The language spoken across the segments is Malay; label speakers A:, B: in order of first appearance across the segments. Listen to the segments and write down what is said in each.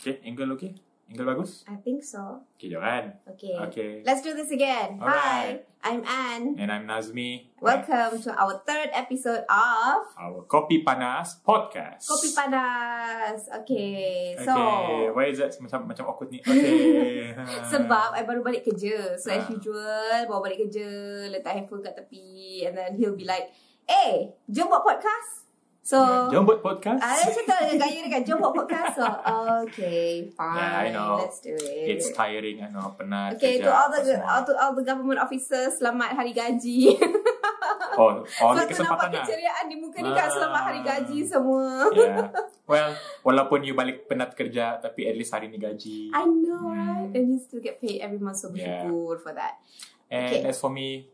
A: Okay, angle okay? Angle bagus?
B: I think so.
A: Okay, jangan.
B: Okay.
A: Okay.
B: Let's do this again.
A: Alright.
B: Hi, I'm Anne.
A: And I'm Nazmi.
B: Welcome to our third episode of
A: Our Kopi Panas Podcast.
B: Kopi Panas. Okay, so
A: Okay, why is that macam, macam awkward ni? Okay.
B: sebab I baru balik kerja. So as
A: Ah.
B: usual, bawa balik kerja, letak handphone kat tepi and then he'll be like, "Eh, jom buat podcast." So Ah.
A: Yeah, Jom buat podcast.
B: I cakap dengan gaya dekat jom buat podcast so okay fine
A: Yeah, I know.
B: let's do it
A: It's tiring, I know. Penat.
B: okay
A: kerja,
B: to all
A: apa
B: the
A: semua.
B: all to all the government officers selamat hari gaji
A: Oh, all the
B: Sebab tu
A: kesempatan
B: nampak
A: lah.
B: keceriaan di muka ni kan
A: Ah.
B: selamat hari gaji semua.
A: Yeah. Well, walaupun you balik penat kerja, tapi at least hari ni gaji.
B: I know
A: Hmm.
B: right? And you still get paid every month so
A: Yeah.
B: bersyukur for that.
A: And
B: Okay.
A: as for me,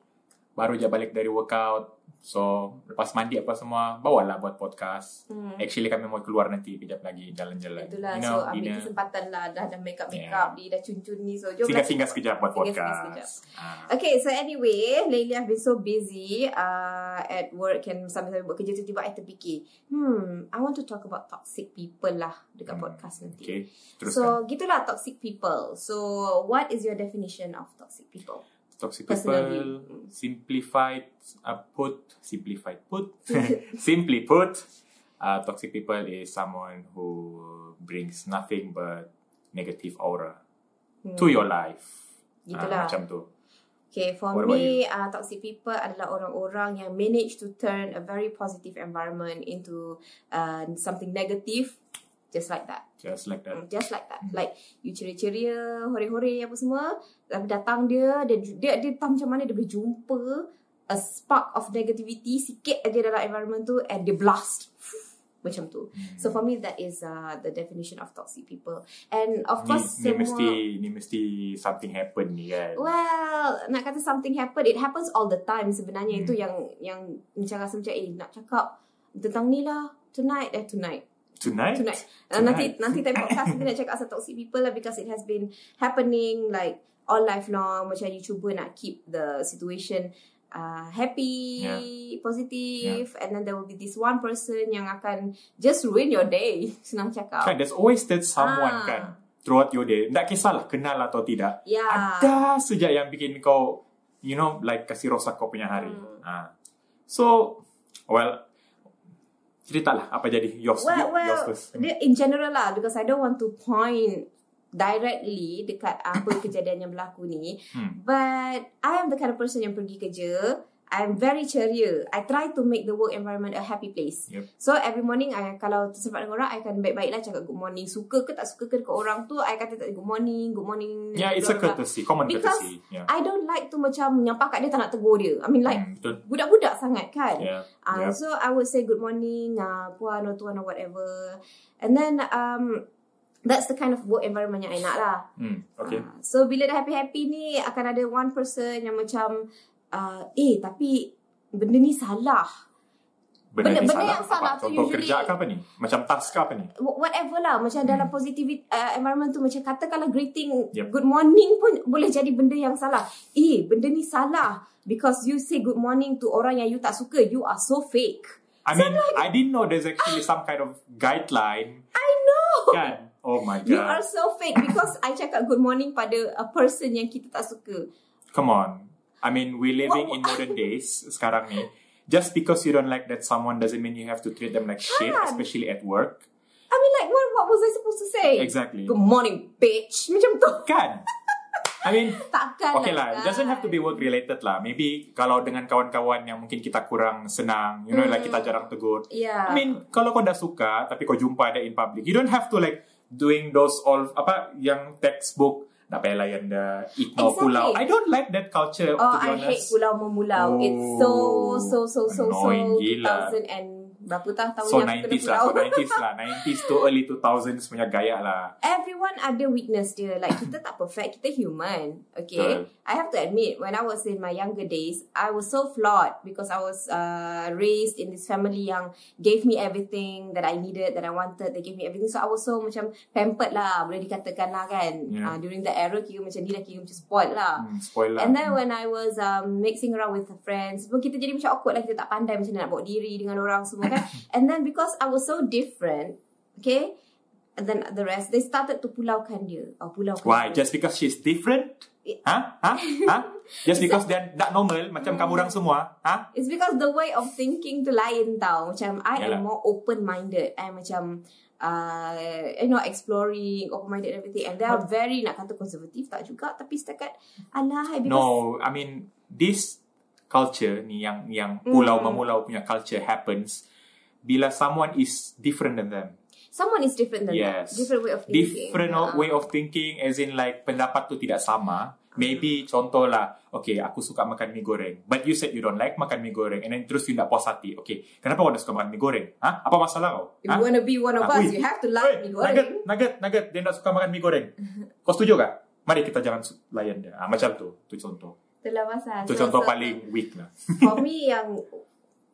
A: baru je balik dari workout. So, lepas mandi apa semua, bawalah buat podcast.
B: Hmm.
A: Actually kami mau keluar nanti kejap lagi jalan-jalan.
B: Itulah
A: you
B: so
A: know,
B: ambil
A: dinner.
B: kesempatan lah dah dah make up make
A: Yeah.
B: up ni dah cuncun ni so jom
A: Singgah-singgah sekejap buat
B: Singgah-singgah
A: podcast. Ah.
B: Okay, so anyway, lately I've been so busy uh, at work and sambil-sambil buat kerja tu tiba I terfikir, hmm, I want to talk about toxic people lah dekat
A: Hmm,
B: podcast nanti.
A: Okay, teruskan.
B: So, gitulah toxic people. So, what is your definition of toxic people?
A: Toxic
B: personally.
A: people, simplified, uh, put, simplified, put, simply put, uh, toxic people is someone who brings nothing but negative aura
B: Hmm.
A: to your life. Ah,
B: Gitulah.
A: macam tu.
B: Okay, for
A: What about
B: me, uh, toxic people adalah orang-orang yang manage to turn a very positive environment into uh, something negative, just like that.
A: Just like that.
B: Mm, Just like that.
A: Hmm.
B: Like you ceria-ceria, hore-hore apa semua, tapi datang dia, dia dia dia tahu macam mana dia boleh jumpa a spark of negativity sikit aja dalam environment tu and dia blast. macam tu.
A: Hmm.
B: So for me that is uh, the definition of toxic people. And of
A: ni,
B: course
A: ni
B: semua
A: mesti ni mesti something happen ni kan.
B: Well, nak kata something happen, it happens all the time sebenarnya.
A: Hmm.
B: Itu yang yang macam rasa macam eh nak cakap tentang ni lah tonight eh tonight.
A: Tonight?
B: Tonight. Uh, nanti nanti time podcast kita nak cakap pasal toxic people lah because it has been happening like all life long macam you cuba nak keep the situation uh, happy,
A: Yeah.
B: positive and then there will be this one person yang akan just ruin your day senang cakap.
A: Kan there's always that someone
B: Ah.
A: kan throughout your day. Tak kisahlah kenal atau tidak.
B: Yeah.
A: Ada saja yang bikin kau you know like kasih rosak kau punya hari.
B: Hmm.
A: Ah. So well ceritalah apa jadi yours yours
B: Well, well,
A: first.
B: dia in general lah because I don't want to point directly dekat apa kejadian yang berlaku ni.
A: Hmm.
B: But I am the kind of person yang pergi kerja. I'm very ceria. I try to make the work environment a happy place.
A: Yep.
B: So every morning, I, kalau tersebat dengan orang, I akan baik-baiklah cakap good morning. Suka ke tak suka ke dekat orang tu, I kata tak good morning, good morning.
A: Yeah, it's a
B: blah, blah, blah.
A: courtesy, common
B: lah. Because-
A: courtesy. Yeah.
B: I don't like to macam nyampak kat dia tak nak tegur dia. I mean like,
A: Hmm, betul.
B: budak-budak sangat kan?
A: Yeah.
B: Uh,
A: Yep.
B: So I would say good morning, uh, puan or tuan or whatever. And then um, that's the kind of work environment yang I nak lah.
A: Hmm. Okay.
B: Uh, so bila dah happy-happy ni akan ada one person yang macam uh, eh tapi benda ni salah. benda-
A: ni
B: benda yang salah
A: apa?
B: tu
A: Contoh
B: usually-
A: kerja ke apa ni? Macam task ke apa ni?
B: Wh- Whatever lah macam
A: Hmm.
B: dalam positivity uh, environment tu macam katakanlah greeting
A: Yep.
B: good morning pun boleh jadi benda yang salah. Eh benda ni salah because you say good morning to orang yang you tak suka you are so fake.
A: I mean, I didn't know there's actually some kind of guideline.
B: I know.
A: Kan? Oh my
B: You are
A: god.
B: so fake because I cakap good morning pada a person yang kita tak suka.
A: Come on. I mean, we're living
B: What-
A: in modern days sekarang ni. Just because you don't like that someone doesn't mean you have to treat them like shit,
B: Kan?
A: especially at work.
B: I mean like what what was I supposed to say?
A: Exactly.
B: Good morning bitch. Macam tu.
A: Kan? I mean,
B: Takkan kan?
A: okay lah. It doesn't have to be work related lah. Maybe kalau dengan kawan-kawan yang mungkin kita kurang senang, you know, like
B: Hmm.
A: kita
B: Ah.
A: jarang tegur.
B: Yeah.
A: I mean, kalau kau dah suka tapi kau jumpa dia in public, you don't have to like doing those all apa yang textbook nak payah layan dia, ignore
B: Exactly.
A: pulau. I don't like that culture
B: Oh,
A: to be
B: I
A: honest.
B: hate pulau memulau.
A: Oh,
B: It's so, so, so, so, so,
A: annoying gila.
B: 2000 and berapa tah tahun
A: so
B: yang aku
A: 90s
B: kena
A: lah, so
B: pulau.
A: 90s lah, 90s to early 2000s punya gaya lah.
B: Everyone ada weakness dia. Like, kita tak perfect. Kita human.
A: Betul.
B: Okay? I have to admit, when I was in my younger days, I was so flawed because I was uh, raised in this family yang gave me everything that I needed, that I wanted. They gave me everything. So, I was so macam pampered lah. Boleh dikatakan lah kan.
A: Yeah.
B: Uh, during the era, kira macam ni dah kira macam spoiled lah.
A: Hmm, spoiler.
B: And then when I was um, mixing around with the friends, pun kita jadi macam awkward lah. Kita tak pandai macam mana nak bawa diri dengan orang semua kan. And then because I was so different, okay, than the rest, they started to pulaukan dia. Or pulaukan
A: Why?
B: dia.
A: Just because she's different?
B: Eh.
A: Ha? Ha? Ha? Just because they're not normal macam kamu
B: Hmm.
A: orang semua? Ha?
B: It's because the way of thinking tu lain tau. Macam I
A: Yalah.
B: am more open-minded. I am macam uh, you know exploring, open-minded and everything. And they are very nak kata konservatif tak juga. Tapi setakat alah because
A: No, I mean this culture ni yang yang pulau
B: Mm.
A: memulau punya culture happens bila someone is different than them.
B: someone is different than
A: Yes.
B: that. Different way of thinking. Ah.
A: different o- way of thinking as in like pendapat tu tidak sama. Maybe
B: Hmm.
A: contohlah, okay aku suka makan mie goreng. But you said you don't like makan mie goreng and then terus you tak puas hati. Okay, kenapa kau dah suka makan mie goreng? Ha? Apa masalah kau?
B: If
A: Ha?
B: you want to be one of
A: Ah,
B: us,
A: ui.
B: you have
A: Oi,
B: to like me
A: Nugget,
B: goreng.
A: nugget, nugget. Dia tak suka makan mie goreng. Kau setuju tak? Mari kita jangan su- layan dia. Ah, macam tu. Tu contoh.
B: Itulah pasal.
A: Tu
B: lah. So-
A: contoh
B: so-
A: paling weak lah.
B: For me yang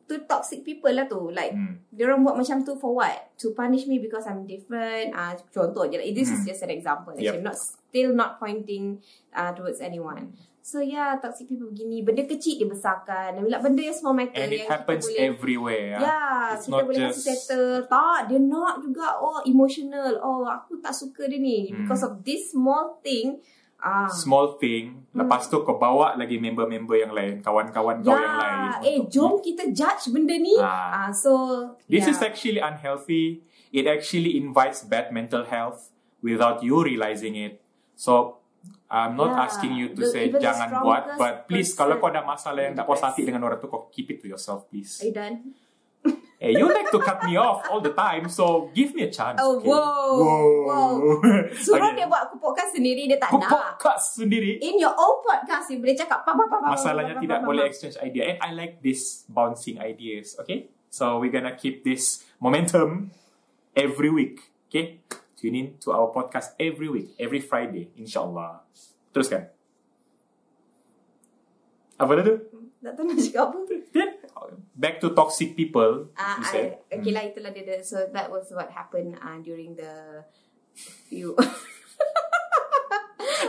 B: tu toxic people lah tu. Like
A: Hmm.
B: Dia orang buat macam tu for what? To punish me because I'm different. Ah uh, contoh je. lah. This is
A: Hmm.
B: just an example.
A: Yep.
B: Yep. Not still not pointing uh, towards anyone. So yeah, toxic people begini. Benda kecil dia besarkan. Dan Bila benda yang small matter
A: And it
B: yang
A: happens
B: kita boleh
A: everywhere.
B: Ya,
A: ah.
B: yeah,
A: It's
B: kita
A: not
B: boleh
A: just-
B: just... settle. Tak, dia not juga. Oh, emotional. Oh, aku tak suka dia ni.
A: Hmm.
B: Because of this small thing. Ah,
A: small thing lepas tu kau bawa lagi member-member yang lain kawan-kawan kau yang lain
B: ya, eh
A: untuk-
B: jom kita judge benda ni.
A: Ah.
B: Ah, so ya.
A: this
B: yeah.
A: is actually unhealthy it actually invites bad mental health without you realizing it so I'm not
B: Yeah.
A: asking you to
B: The-
A: say
B: even the
A: jangan buat
B: strongest
A: but please
B: person
A: kalau kau ada masalah yang tak puas hati
B: depressed.
A: dengan orang tu kau keep it to yourself please
B: Are you done?
A: hey you like to cut me off all the time so give me a chance
B: Oh,
A: okay?
B: wow. Wow. Suruh
A: Okay.
B: dia buat aku podcast sendiri dia tak
A: Kau
B: nak.
A: podcast sendiri
B: In your own podcast you boleh cakap pam pam pam pam.
A: masalahnya
B: pam, pam,
A: tidak
B: pam,
A: boleh
B: pam.
A: exchange idea and I like this bouncing ideas okay so we're gonna keep this momentum every week okay tune in to our podcast every week every Friday insyaAllah teruskan apa dah tu
B: Tak tahu nak cakap apa.
A: back to toxic people
B: Ah,
A: you
B: I,
A: said Hmm.
B: okay lah itulah dia, dia. So that was what happened uh, during the few.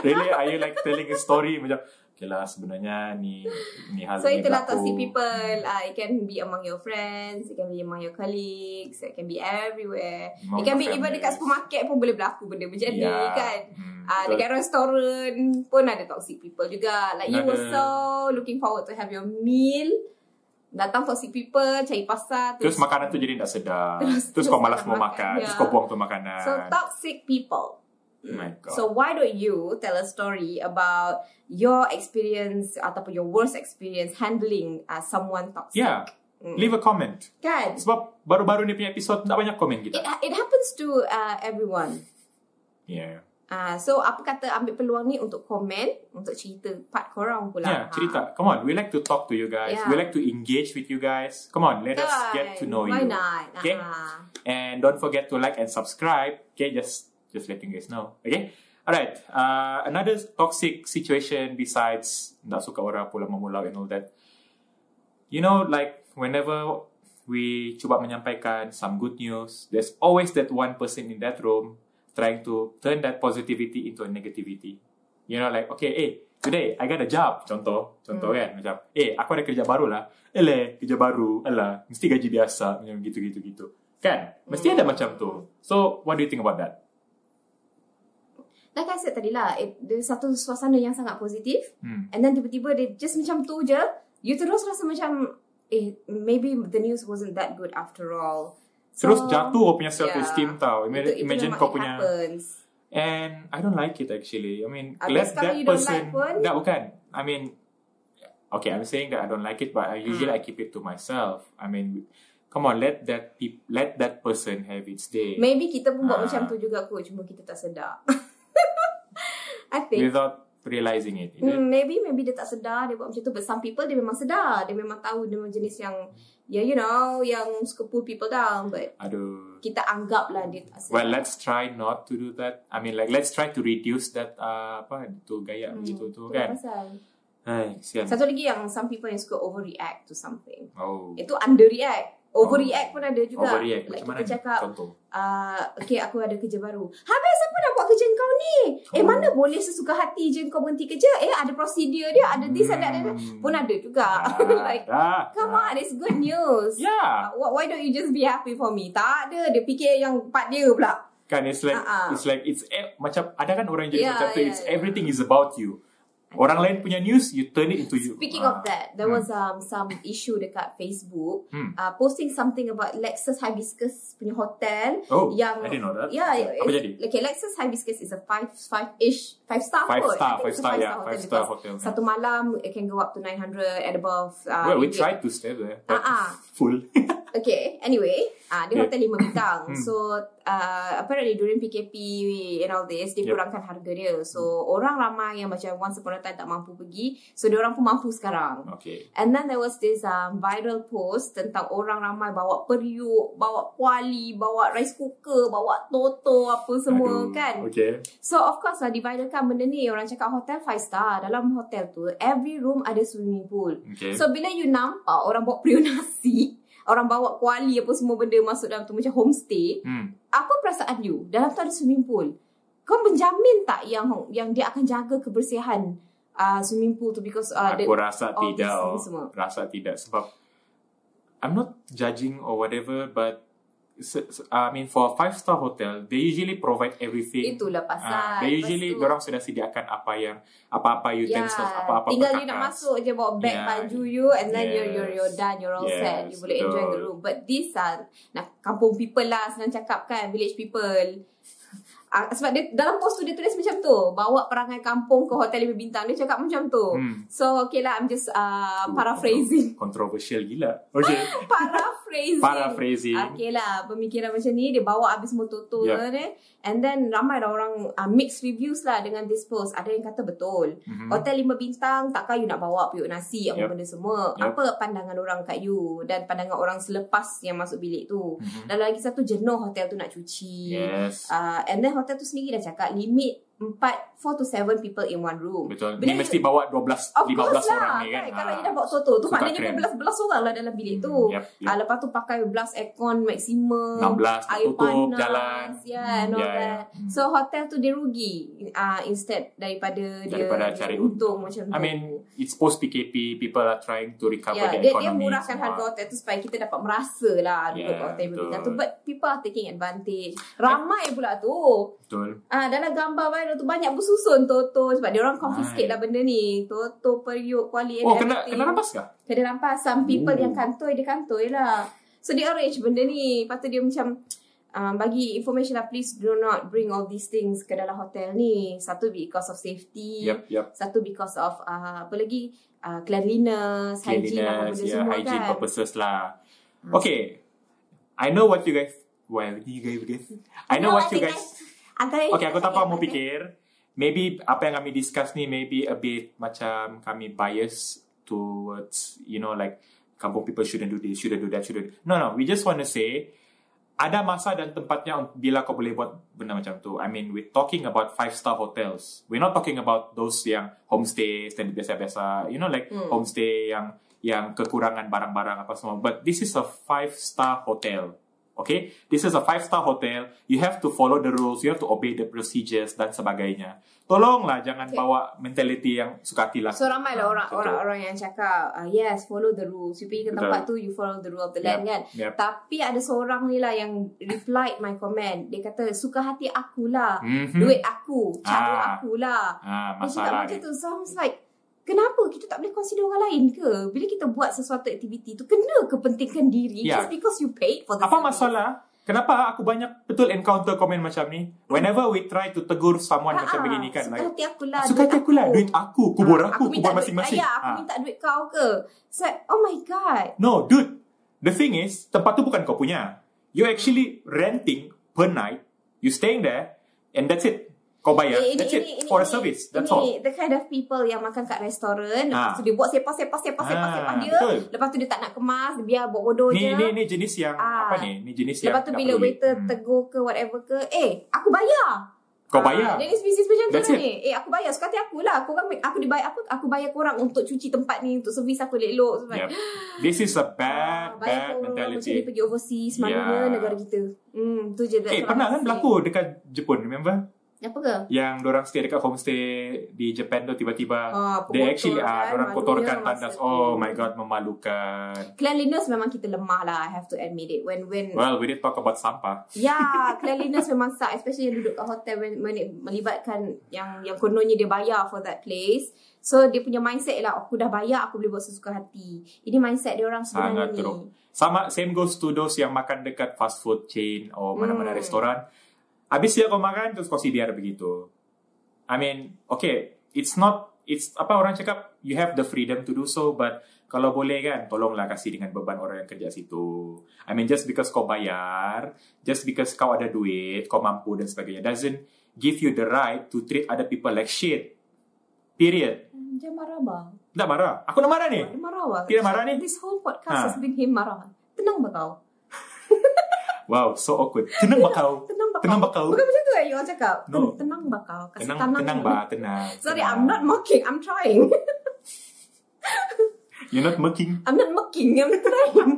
A: really are you like telling a story macam okay lah sebenarnya ni ni hal
B: so
A: ni
B: itulah
A: berlaku."
B: toxic people. Uh, it can be among your friends. It can be among your colleagues. It can be everywhere.
A: Among
B: it can be
A: your
B: even
A: families.
B: dekat supermarket pun boleh berlaku benda macam ni
A: Yeah.
B: kan.
A: Hmm,
B: Ah,
A: betul.
B: dekat restoran pun ada toxic people juga. Like you
A: Ada.
B: were so looking forward to have your meal. Datang toxic people, cari pasar.
A: Terus makanan tu jadi tak sedap. Terus,
B: Terus-
A: kau
B: terus
A: malas
B: tak
A: mau
B: makan,
A: makan.
B: ya.
A: Terus kau buang tu makanan.
B: So toxic people.
A: oh my god.
B: So why don't you tell a story about your experience ataupun your worst experience handling uh, someone toxic? Mm.
A: yeah. Ya, Leave a comment.
B: Kan?
A: Sebab baru-baru ni punya episod tak banyak komen
B: It, ha-
A: kita.
B: it happens to uh, everyone.
A: Yeah.
B: Uh, so apa kata ambil peluang ni untuk komen, untuk cerita part korang pula.
A: Yeah,
B: Ah.
A: Ya. cerita. Come on, we like to talk to you guys.
B: Yeah.
A: We like to engage with you guys. Come on, let us
B: Kan?
A: get to know
B: Ya. why
A: you.
B: not?
A: Okay?
B: Ah.
A: And don't forget to like and subscribe. Okay, just just letting you guys know. Okay. Alright. Uh, another toxic situation besides tak suka orang pulang memulau and all that. You know, like whenever we cuba menyampaikan some good news, there's always that one person in that room trying to turn that positivity into a negativity. You know, like, okay, eh, today I got a job. Contoh, contoh kan.
B: Hmm.
A: Macam, eh, aku ada kerja baru lah. Eleh, kerja baru. Alah, mesti gaji biasa. Macam gitu-gitu gitu. Kan? Mesti
B: Hmm.
A: ada macam tu. So, what do you think about that?
B: Like I said tadi lah, it, dia satu suasana yang sangat positif.
A: Hmm.
B: And then tiba-tiba dia just macam tu je. You terus rasa macam, eh, maybe the news wasn't that good after all. So,
A: Terus jatuh kau punya self-esteem
B: yeah.
A: tau.
B: Itu,
A: Imagine,
B: itu
A: imagine
B: memang
A: kau
B: it
A: punya...
B: Happens.
A: And I don't like it actually. I mean,
B: Habis
A: let
B: kalau
A: that
B: you don't
A: person.
B: like pun?
A: That bukan. I mean, okay, I'm saying that I don't like it, but I usually
B: Hmm.
A: I keep it to myself. I mean, come on, let that peop let that person have its day
B: Maybe kita pun
A: Ah.
B: buat macam tu juga kot. Cuma kita tak sedar. I think.
A: without realizing it. is it?
B: Hmm, maybe maybe dia tak sedar dia buat macam tu but some people dia memang sedar dia memang tahu dia memang jenis yang ya yeah, you know yang suka pull people down but
A: Aduh.
B: kita anggaplah dia tak sedar
A: Well, let's try not to do that. I mean, like let's try to reduce that uh, apa tu gaya begitu tu
B: Itulah
A: kan.
B: pasal.
A: Hai, sian.
B: Hmm, Satu lagi yang some people yang suka overreact to something.
A: Oh.
B: Itu underreact. Overreact pun ada juga.
A: Overreact.
B: Like
A: Macam mana?
B: kita cakap,
A: Contoh.
B: uh, okay aku ada kerja baru. Habis siapa nak buat kerja kau ni? Eh
A: Oh.
B: mana boleh sesuka hati je kau berhenti kerja? Eh ada prosedur dia, ada this, ada ada. ada.
A: Hmm. Ya.
B: Pun ada juga. like,
A: dah,
B: come
A: dah.
B: on, it's good news.
A: Yeah.
B: Uh, wh- why don't you just be happy for me? Tak ada. Dia fikir yang part dia pula.
A: Kan it's like
B: Ah, ah.
A: it's like it's e- macam ada kan orang yang jadi
B: Yeah,
A: macam tu
B: yeah,
A: it's
B: yeah.
A: everything is about you. Orang lain punya news you turn it into you.
B: Speaking
A: Ah.
B: of that, there
A: Hmm.
B: was um some issue dekat Facebook
A: Hmm.
B: uh, posting something about Lexus Hibiscus punya hotel
A: Oh,
B: yang ya,
A: I didn't know that.
B: Yeah, it-
A: Apa jadi?
B: Okay, Lexus Hibiscus is a five five ish five star
A: Five
B: kot.
A: star,
B: I think
A: five
B: it's a
A: star, yeah,
B: hotel
A: five star
B: because
A: hotel. yeah.
B: Satu malam it can go up to 900 and above. Uh,
A: well, we
B: ringgit.
A: tried to stay there, but
B: Ah, ah.
A: full.
B: Okay, anyway, uh, dia
A: Yeah.
B: hotel lima bintang.
A: Hmm.
B: so, uh, apparently during PKP and all this, dia
A: Yep.
B: kurangkan harga dia. So, orang ramai yang macam once upon a time tak mampu pergi. So, dia orang pun mampu sekarang.
A: okay.
B: And then there was this um, viral post tentang orang ramai bawa periuk, bawa kuali, bawa rice cooker, bawa toto, apa semua
A: Aduh,
B: kan.
A: Okay.
B: So of course lah dividerkan benda ni orang cakap hotel five star dalam hotel tu every room ada swimming pool.
A: Okay.
B: So bila you nampak orang bawa periuk nasi, orang bawa kuali apa semua benda masuk dalam tu macam homestay,
A: hmm.
B: apa perasaan you? Dalam tu ada swimming pool. Kau menjamin tak yang yang dia akan jaga kebersihan uh, swimming pool tu because uh,
A: Aku rasa
B: all these
A: tidak. oh.
B: things semua.
A: Rasa tidak sebab I'm not judging or whatever, but se- se- I mean for a five star hotel, they usually provide everything. Ah,
B: itulah pasal.
A: they
B: Lepas
A: usually
B: tu- ya,
A: orang sudah sediakan apa yang apa-apa utensils, apa-apa
B: Tinggal you nak
A: perkakas.
B: masuk je bawa beg
A: Yeah.
B: baju you and then you're, you're, you're
A: Yes.
B: done, you're all
A: Yes,
B: set. You boleh enjoy the
A: betul.
B: room. But these are nak kampung people lah senang cakap kan, village people. Ah, sebab dia, dalam post tu dia tulis macam tu. Bawa perangai kampung ke hotel lima bintang. Dia cakap macam tu.
A: Hmm.
B: So okay lah, I'm just uh,
A: Ooh,
B: paraphrasing.
A: Controversial gila. Okay.
B: paraphrasing.
A: Paraphrasing.
B: Okay lah, pemikiran macam ni dia bawa habis semua toto
A: Yeah.
B: yeah. ni. And then ramai dah orang uh, mixed reviews lah dengan this post. Ada yang kata betul.
A: Mhm.
B: Hotel lima bintang takkan you nak bawa periuk nasi apa
A: Yup.
B: benda semua.
A: Yup.
B: Apa pandangan orang kat you dan pandangan orang selepas yang masuk bilik tu.
A: Mhm.
B: Dan lagi satu jenuh hotel tu nak cuci.
A: Yes.
B: Uh, and then hotel tu sendiri dah cakap limit 4 4 to 7 people in one room.
A: Betul.
B: Bila
A: Ni
B: you-
A: mesti bawa 12
B: Of
A: 15
B: course
A: orang
B: lah.
A: ni kan.
B: Kan?
A: Ah.
B: Kalau
A: Hmm,
B: you dah bawa toto tu
A: Super
B: maknanya
A: keren.
B: berbelas-belas orang lah dalam bilik tu.
A: Yep, yep.
B: Ah, lepas tu pakai blast aircon maksimum.
A: 16 tak
B: air
A: tutup
B: panas,
A: jalan.
B: Yeah,
A: Hmm,
B: and all
A: yeah,
B: that.
A: yeah. Hmm.
B: So hotel tu dia rugi uh, instead daripada,
A: Daripada
B: dia
A: cari
B: untung macam tu.
A: I mean, it's post PKP. People are trying to recover
B: yeah,
A: their
B: Ya, dia, dia
A: economy.
B: murahkan
A: semua.
B: harga hotel tu supaya kita dapat merasa lah duduk
A: Yeah,
B: kat hotel
A: betul.
B: begitu. tu. But people are taking advantage. Ramai pula tu.
A: Betul.
B: Ah, dalam gambar viral tu banyak bersusun Toto sebab dia orang confiscate
A: Right.
B: lah benda ni. Toto, periuk, kuali and
A: Oh, kena
B: everything.
A: kena rampas kah?
B: Kena rampas Some people
A: Ooh.
B: yang kantoi Dia kantoi lah So dia arrange benda ni Lepas tu dia macam um, Bagi information lah Please do not bring all these things Ke dalam hotel ni Satu because of safety
A: Yep, yep.
B: Satu because of uh, Apa lagi uh, Cleanliness, Hygiene apa
A: Cleanliness,
B: benda
A: yeah,
B: semua
A: hygiene
B: kan
A: purposes lah. Okay. I know what you guys... Well, you guys... guys. I know what you guys...
B: Antara
A: Okay, aku tak faham mau fikir. Maybe apa yang kami discuss ni maybe a bit macam kami bias towards, you know, like kampung people shouldn't do this, shouldn't do that, shouldn't... No, no. We just want to say ada masa dan tempatnya un- bila kau boleh buat benda macam tu. I mean, we're talking about five-star hotels. We're not talking about those yang homestay, standard biasa-biasa. You know, like
B: Hmm.
A: homestay yang yang kekurangan barang-barang apa semua. But this is a five-star hotel. Okay? This is a five-star hotel. You have to follow the rules. You have to obey the procedures dan sebagainya. Tolonglah jangan
B: Okay.
A: bawa mentality yang suka hati lah.
B: So ramai lah orang,
A: Betul.
B: orang-orang yang cakap uh, Yes, follow the rules You pergi ke
A: Betul.
B: tempat tu You follow the rule of the
A: Yep,
B: land kan
A: yep.
B: Tapi ada seorang ni lah yang replied my comment. Dia kata, suka hati akulah.
A: Mhm.
B: Hmm. Duit aku. Cara
A: Ah.
B: akulah.
A: Ah,
B: Dia cakap
A: masalah
B: macam
A: ni.
B: tu. So, I was like, kenapa kita tak boleh consider orang lain ke? Bila kita buat sesuatu aktiviti tu, kena kepentingkan diri
A: Ya.
B: just because you paid for the
A: Apa
B: service.
A: masalah? Kenapa aku banyak betul encounter komen macam ni? Whenever we try to tegur someone macam
B: Ah,
A: begini kan.
B: Suka
A: Like,
B: hati akulah.
A: suka hati aku lah. Duit aku. Kubur
B: Ah,
A: aku. Kubur
B: minta duit-
A: masing-masing.
B: Ah, Ya, aku
A: Ah.
B: minta duit kau ke? So, oh my God.
A: No, dude. The thing is, tempat tu bukan kau punya. You actually renting per night. You staying there and that's it. Kau bayar.
B: Eh,
A: Ya, that's it. for a service. That's all.
B: ini, The kind of people yang makan kat restoran,
A: Ah.
B: lepas tu dia buat sepas-sepas-sepas sepas
A: Ah,
B: sepas dia,
A: betul.
B: lepas tu dia tak nak kemas, dia biar buat bodoh
A: Ni
B: je.
A: ni ni jenis yang
B: Ah.
A: apa ni? Ni jenis yang
B: lepas tu
A: tak
B: bila
A: peduli.
B: waiter
A: Hmm.
B: tegur ke whatever ke, eh, aku bayar.
A: kau
B: Ah,
A: bayar.
B: Dia ni bisnis macam
A: That's
B: tu
A: it.
B: ni. Eh, aku bayar. Suka hati aku lah. Korang, aku dibayar apa? Aku bayar korang untuk cuci tempat ni, untuk servis aku elok-elok. Sebab,
A: Yep. This is a
B: ah,
A: bad bad
B: bayar korang Macam
A: mentality.
B: ni pergi overseas, mana
A: Yeah.
B: negara kita. Hmm, tu je. that's
A: Eh,
B: what
A: pernah
B: I'm
A: kan
B: saying.
A: berlaku dekat Jepun, remember?
B: Apa ke?
A: yang dorang stay dekat homestay di Japan tu tiba-tiba
B: Ah,
A: they actually
B: kotor
A: ah
B: kan,
A: dorang
B: malunya
A: kotorkan
B: masa
A: tandas.
B: tu.
A: Oh my god, memalukan.
B: Cleanliness memang kita lemah lah. I have to admit it. When when
A: Well, we did talk about sampah.
B: Yeah, cleanliness memang suck. Especially yang duduk kat hotel when, when it melibatkan yang yang kononnya dia bayar for that place. So, dia punya mindset ialah aku dah bayar, aku boleh buat sesuka hati. Ini mindset dia orang sebenarnya
A: Sangat
B: ni.
A: teruk. Sama same goes to those yang makan dekat fast food chain or mana-mana
B: Hmm.
A: restoran. Habis dia kau makan terus kau CDR begitu. I mean, okay, it's not it's apa orang cakap you have the freedom to do so but kalau boleh kan tolonglah kasih dengan beban orang yang kerja situ. I mean just because kau bayar, just because kau ada duit, kau mampu dan sebagainya doesn't give you the right to treat other people like shit. Period.
B: Hmm, Dia marah bang.
A: Tak marah. Aku nak marah ni.
B: Dia marah bang.
A: Dia Eh, marah ni.
B: This whole podcast
A: Ha.
B: has been him marah. Tenang bang kau.
A: Wow, so awkward. Tenang bakau.
B: Tenang bang
A: Tenang
B: kau.
A: bakau.
B: Bukan macam tu eh, you all cakap.
A: No.
B: Ten- Tenang bang kau. Kasih
A: Tenang,
B: tanang.
A: tenang ba, tenang.
B: Sorry,
A: tenang.
B: I'm not mocking. I'm trying.
A: You're not mocking.
B: I'm not mocking. I'm trying.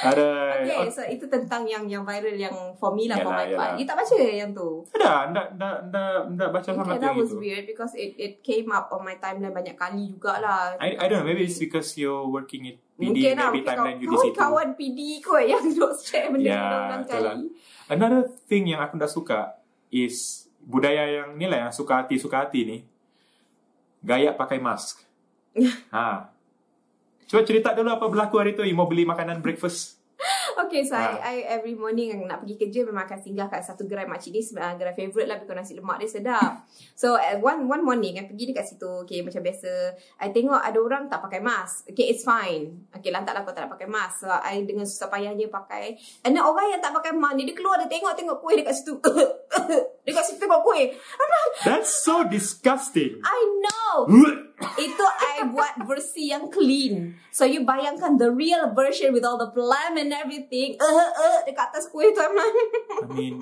A: Ada. Oh,
B: Okay, so itu tentang yang yang viral yang for me lah for
A: Eh, Yalah,
B: my part.
A: yalah.
B: You tak baca yang tu?
A: Ada, ndak ndak ndak ndak baca sangat
B: Okay, that
A: yang
B: was
A: itu.
B: weird because it it came up on my timeline banyak kali jugalah.
A: I I don't know. Maybe it's because you're working at PD.
B: Mungkin lah,
A: maybe
B: mungkin
A: timeline you di
B: kawan,
A: situ.
B: kawan PD kot yang duk share benda
A: Ya,
B: yeah, ulang
A: betul lah.
B: kali.
A: Another thing yang aku ndak suka is budaya yang ni lah yang suka hati suka hati ni. Gaya pakai mask. ha. Cuba cerita dulu apa berlaku hari tu. You mau beli makanan breakfast?
B: Okay, so
A: Ah.
B: I, I every morning yang nak pergi kerja memang akan singgah kat satu gerai makcik ni. Uh, gerai favourite lah because nasi lemak dia sedap. so, uh, one one morning I pergi dekat situ. Okay, macam biasa. I tengok ada orang tak pakai mask. Okay, it's fine. Okay, lantaklah kau tak nak pakai mask. So, I dengan susah payahnya pakai. And then orang yang tak pakai mask ni, dia keluar dia tengok-tengok kuih dekat situ. dekat situ tengok kuih.
A: That's so disgusting.
B: I know. Itu I buat versi yang clean. So you bayangkan the real version with all the plum and everything. Eh eh eh dekat atas kuih tu memang.
A: I mean,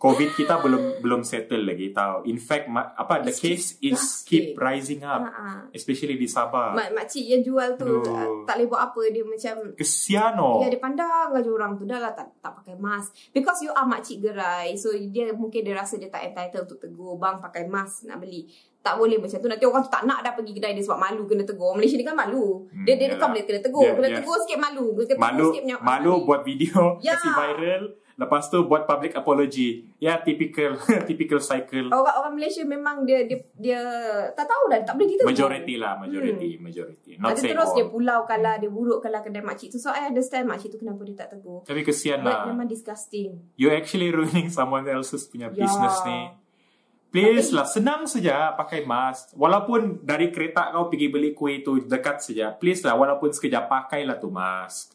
A: COVID kita belum belum settle lagi tau. In fact, ma- apa the
B: It's
A: case is
B: disgusting.
A: keep rising up,
B: Ha
A: especially di Sabah.
B: Mak makcik yang jual tu
A: Aduh. Oh.
B: tak, tak boleh buat apa dia macam "Ya,
A: Kesiano.
B: dia ada pandang aja orang tu dah lah tak, tak pakai mask because you are makcik gerai so dia mungkin dia rasa dia tak entitled untuk tegur bang pakai mask nak beli tak boleh macam tu nanti orang tu tak nak dah pergi kedai dia sebab malu kena tegur Malaysia ni kan malu
A: Hmm,
B: dia dia
A: yalah.
B: kan boleh kena tegur
A: Yeah,
B: kena
A: yeah.
B: tegur sikit malu kena tegur
A: Malu
B: sikit menyawak
A: malu
B: mari.
A: buat video
B: Ya.
A: kasih viral, lepas tu buat public apology. Ya, typical typical cycle.
B: orang orang Malaysia memang dia dia dia tak tahu dah tak boleh kita
A: Majority lah, majority, majority. Not
B: Hmm. Tapi
A: saying
B: terus dia
A: all.
B: pulaukan lah, dia burukkan lah kedai makcik tu. So I understand makcik tu kenapa dia tak tegur.
A: Tapi kesian
B: But
A: lah.
B: memang disgusting.
A: You actually ruining someone else's punya
B: Ya.
A: business ni. Please
B: Tapi-
A: lah, senang saja pakai mask. Walaupun dari kereta kau pergi beli kuih tu dekat saja. Please lah, walaupun sekejap pakailah tu mask.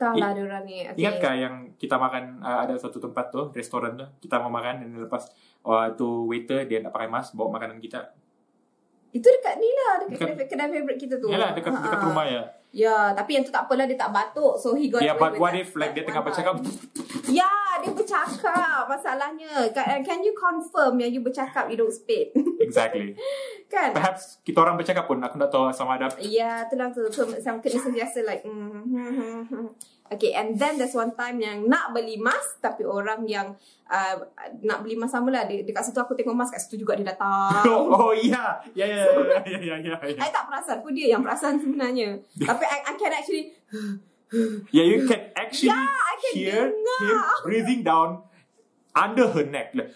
B: Tahu
A: I-
B: lah dia orang ni. Okay.
A: Ingatkah yang kita makan, uh, ada satu tempat tu, restoran tu. Kita mau makan dan lepas uh, tu waiter dia nak pakai mask, bawa makanan kita.
B: Itu dekat ni lah, dekat,
A: Dekat-
B: kedai, kedai favourite kita tu.
A: Yalah, dekat,
B: Ha-ha.
A: dekat rumah ya.
B: Ya, tapi yang tu tak apalah, dia tak batuk. So he got
A: Yeah,
B: away
A: but
B: with
A: what
B: that-
A: if like
B: that
A: dia tengah
B: one
A: bercakap,
B: time. Ya, dia bercakap masalahnya. eh, Can, can you confirm yang you bercakap you don't spit?
A: exactly.
B: kan?
A: Perhaps kita orang bercakap pun, aku nak tahu sama ada.
B: Ya, tu lah tu. So, macam kena sentiasa like, mm, hmm, hmm, hmm. Okay, and then there's one time yang nak beli mask, tapi orang yang uh, nak beli mask sama lah. Dia, dekat situ aku tengok mask, kat situ juga dia datang.
A: Oh, oh ya, ya, ya, ya, ya, ya, ya, ya.
B: I tak perasan pun dia yang perasan sebenarnya. tapi I, I can actually,
A: Yeah, you can actually
B: Yeah, I can
A: hear
B: dengar.
A: him breathing down under her neck. Like,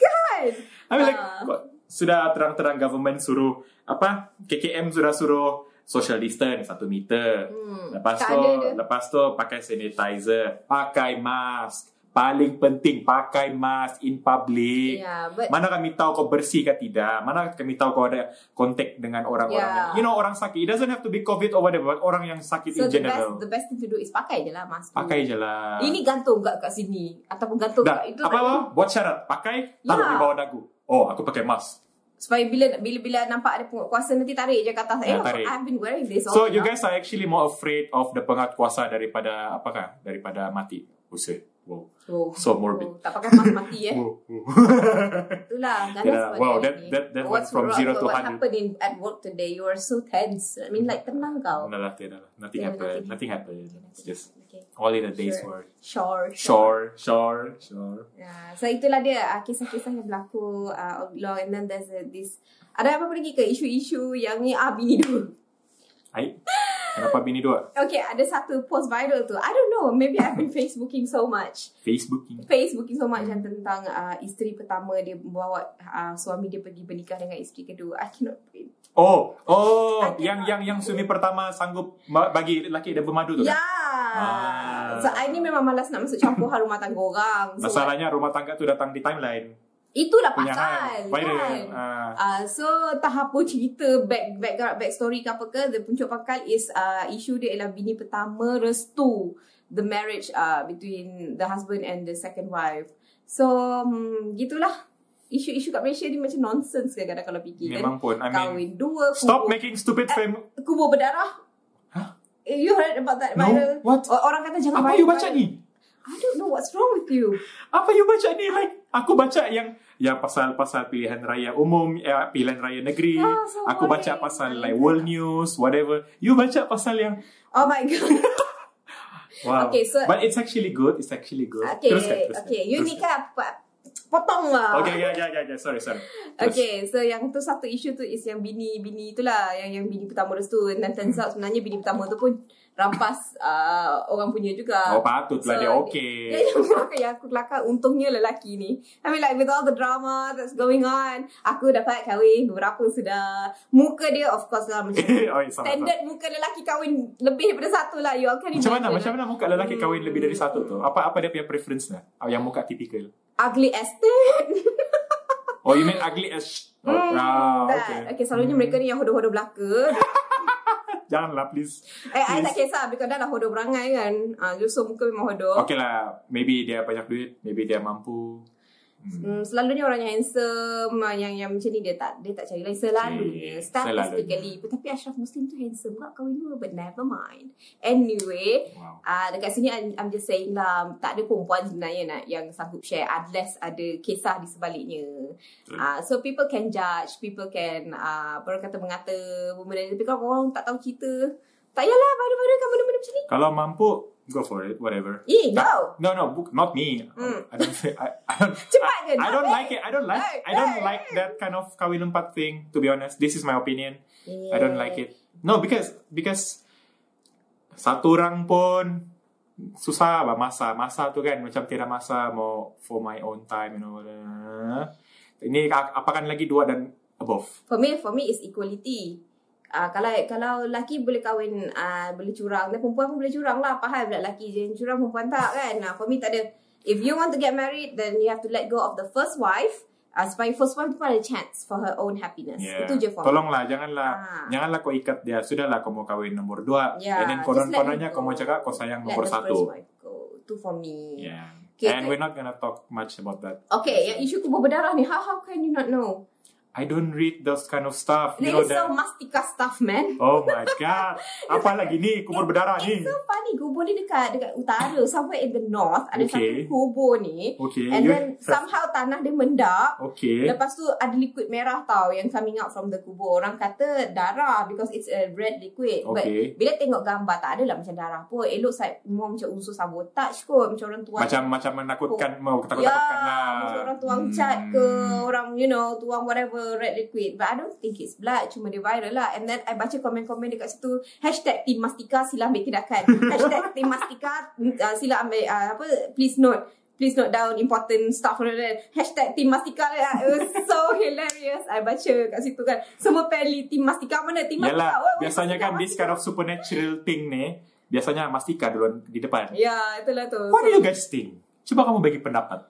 B: kan?
A: I mean, like,
B: Ah.
A: kok- sudah terang-terang government suruh apa? KKM sudah suruh social distance satu meter.
B: Hmm,
A: Lepas
B: tak
A: tu,
B: ada dia.
A: lepas tu pakai sanitizer, pakai mask. Paling penting pakai mask in public.
B: Yeah, Ya, but
A: Mana kami tahu kau bersih ke tidak? Mana kami tahu kau ada kontak dengan orang-orang
B: Yeah.
A: yang you know orang sakit. It doesn't have to be COVID or whatever. but Orang yang sakit in
B: so the best,
A: general.
B: the best thing to do is pakai je lah mask tu.
A: Pakai je lah.
B: Ini gantung kat, kat sini. Ataupun gantung
A: Dah,
B: kat itu.
A: apa apa buat syarat pakai taruh
B: Ya.
A: di bawah dagu. Oh, aku pakai mask.
B: Supaya bila bila bila nampak ada penguatkuasa nanti tarik je ke atas. Eh,
A: Ya, tarik.
B: I've been wearing this
A: So
B: all
A: you
B: along.
A: guys are actually more afraid of the pengat kuasa daripada apakah? Daripada mati. Usaha. Wow.
B: Oh.
A: So morbid.
B: Oh, tak pakai mask mati eh.
A: Wow. wow.
B: Itulah ganas
A: Yeah,
B: pada
A: wow,
B: hari
A: that-
B: ni.
A: that- that
B: What's
A: went from
B: wrong-
A: zero to
B: what
A: 100.
B: happened in, at work today? You were so tense. I mean like tenang kau.
A: no, lah, tidak lah. Nothing
B: Yeah,
A: happened. Nothing
B: nothing
A: happened. It's just
B: Okay.
A: all in a day's
B: Sure.
A: work.
B: Sure.
A: Sure, sure, sure.
B: Yeah, so itulah dia uh, kisah-kisah yang berlaku uh, all along and then there's uh, this ada apa pergi ke isu-isu yang ni ah bini dulu.
A: Aik. Kenapa bini dua?
B: Okay, ada satu post viral tu. I don't know, maybe I've been facebooking so much.
A: Facebooking.
B: Facebooking so much yang tentang uh, isteri pertama dia bawa uh, suami dia pergi bernikah dengan isteri kedua. I cannot breathe.
A: Oh, oh,
B: I
A: yang
B: cannot.
A: yang yang sumi pertama sanggup ma- bagi lelaki dan bermadu tu
B: Yeah.
A: kan? Ah.
B: Ya. So I ni memang malas nak masuk campur hal rumah tangga orang. So
A: Masalahnya rumah tangga tu datang di timeline.
B: itulah
A: Punya hal.
B: pasal.
A: Viral.
B: kan?
A: Ah.
B: Uh, so tak apa cerita back background backstory ke apa ke the puncak pangkal is uh, isu dia ialah bini pertama restu the marriage uh, between the husband and the second wife. So hmm, gitulah isu-isu kat Malaysia ni macam nonsense kadang-kadang kalau fikir
A: Memang pun. I mean,
B: kan. Kahwin dua
A: stop
B: kubur,
A: making stupid fam.
B: kubur berdarah.
A: Huh?
B: Eh, You heard about that
A: No.
B: viral?
A: What?
B: O- Orang kata jangan
A: Apa
B: viral.
A: you baca ni?
B: I don't know what's wrong with you.
A: Apa you baca ni? Like, aku baca yang yang pasal pasal pilihan raya umum, eh, pilihan raya negeri.
B: Ah, so
A: aku baca
B: boring.
A: pasal like world news, whatever. You baca pasal yang
B: Oh my god.
A: wow.
B: Okay, so-
A: but it's actually good. It's actually good.
B: Okay,
A: Teruskan, teruskan.
B: okay. You ni
A: Teruskan.
B: kan apa- potong lah.
A: Okay, yeah, yeah, yeah, yeah. Sorry, sorry. Terus.
B: Okay, so yang tu satu isu tu is yang bini bini itulah yang yang bini pertama tu dan turns out sebenarnya bini pertama tu pun rampas uh, orang punya juga.
A: Oh, patutlah
B: So,
A: dia
B: Ya,
A: okay.
B: yang kelakar yang aku kelakar untungnya lelaki ni. I mean like with all the drama that's going on, aku dapat kahwin beberapa sudah. Muka dia of course lah
A: oh,
B: macam
A: ya, salah, salah.
B: standard muka lelaki kahwin lebih daripada satu lah. You all can
A: Macam mana?
B: imagine
A: Macam
B: lah. Hmm.
A: mana muka lelaki kahwin lebih dari satu tu? Apa apa dia punya preference lah? Oh, yang muka typical.
B: Ugly estate.
A: Oh, you mean ugly as sh- oh, ah, okay.
B: Hmm, okay. okay, selalunya mereka ni yang hodoh-hodoh belaka.
A: Janganlah, please.
B: Eh, I tak
A: Yes.
B: kisah because dah lah hodoh berangai kan. Ah, uh, so muka memang hodoh.
A: Okay lah, maybe dia banyak duit, maybe dia mampu. Hmm.
B: Hmm, selalunya orang yang handsome ah, yang yang macam ni dia tak dia tak cari lain selalunya.
A: Okay,
B: Statistically, tapi Ashraf Muslim tu handsome pula kahwin dua but never mind. Anyway,
A: Wow.
B: ah uh, dekat sini I'm, I'm just saying lah tak ada perempuan sebenarnya nak yang sanggup share unless ada kisah di sebaliknya.
A: Betul.
B: Ah uh, so people can judge, people can ah uh, orang kata mengata benda ni tapi kalau orang tak tahu cerita, tak yalah baru-baru kan benda-benda macam ni.
A: Kalau mampu, go for it, whatever.
B: Eh,
A: Tak-
B: kau.
A: No, no, book, not me.
B: Hmm.
A: I don't. I, I don't.
B: Cepat je.
A: I don't like it. I don't like.
B: Hey,
A: I don't
B: hey,
A: like that kind of kawin empat thing. To be honest, this is my opinion.
B: Yeah.
A: I don't like it. No, because because satu orang pun susah bah masa masa tu kan macam tiada masa mau for my own time you know. Ini apakan lagi dua dan above.
B: For me, for me is equality. Uh, kalau kalau lelaki boleh kahwin uh, boleh curang dan perempuan pun boleh curang lah faham pula lelaki je yang curang perempuan tak kan uh, for me tak ada if you want to get married then you have to let go of the first wife uh, supaya first wife tu pun ada chance for her own happiness
A: Yeah. lah.
B: itu je for me
A: Tolonglah janganlah
B: Ah.
A: janganlah kau ikat dia. Sudahlah kau mau kahwin nombor dua.
B: Yeah,
A: And then
B: just let
A: konon-kononnya
B: him
A: kau
B: go.
A: mau cakap kau sayang
B: let
A: nombor
B: the first
A: satu.
B: wife go itu for me
A: Yeah.
B: Okay,
A: And
B: okay.
A: we're not gonna talk much about that.
B: okay yang isu kubur berdarah ni how how can you not know
A: I don't read those kind of stuff. You
B: there
A: know
B: is
A: that.
B: so mastika stuff man
A: Oh my god. Apa lagi ni kubur berdarah ni?
B: it's so funny kubur ni dekat dekat utara somewhere in the north ada
A: Okay.
B: satu kubur ni
A: Okay.
B: And
A: you-
B: then somehow tanah dia mendak.
A: Okay.
B: Lepas tu ada liquid merah tau yang coming out from the kubur. Orang kata darah because it's a red liquid. But
A: Okay.
B: bila tengok gambar tak adalah macam darah pun. Elok saya more macam unsur sabotage kot. Macam orang tuang.
A: Macam macam menakutkan mau takut
B: ya,
A: takutkan lah.
B: macam orang tuang cat ke. Orang you know tuang whatever red liquid. But I don't think it's blood. Cuma dia viral lah. And then I baca komen-komen dekat situ. Hashtag Team Mastika sila ambil tindakan. Hashtag Team Mastika uh, sila ambil uh, apa please note please note down important stuff and all that. Hashtag Team Mastika lah. It was so hilarious. I baca kat situ kan. Semua peli Team Mastika mana? Team
A: Yalah,
B: Mastika. Wait, wait,
A: biasanya
B: Mastika,
A: kan this
B: Mastika.
A: kind of supernatural thing ni biasanya mastika duluan di depan.
B: Ya, itulah tu.
A: What do you guys think? Cuba kamu bagi pendapat.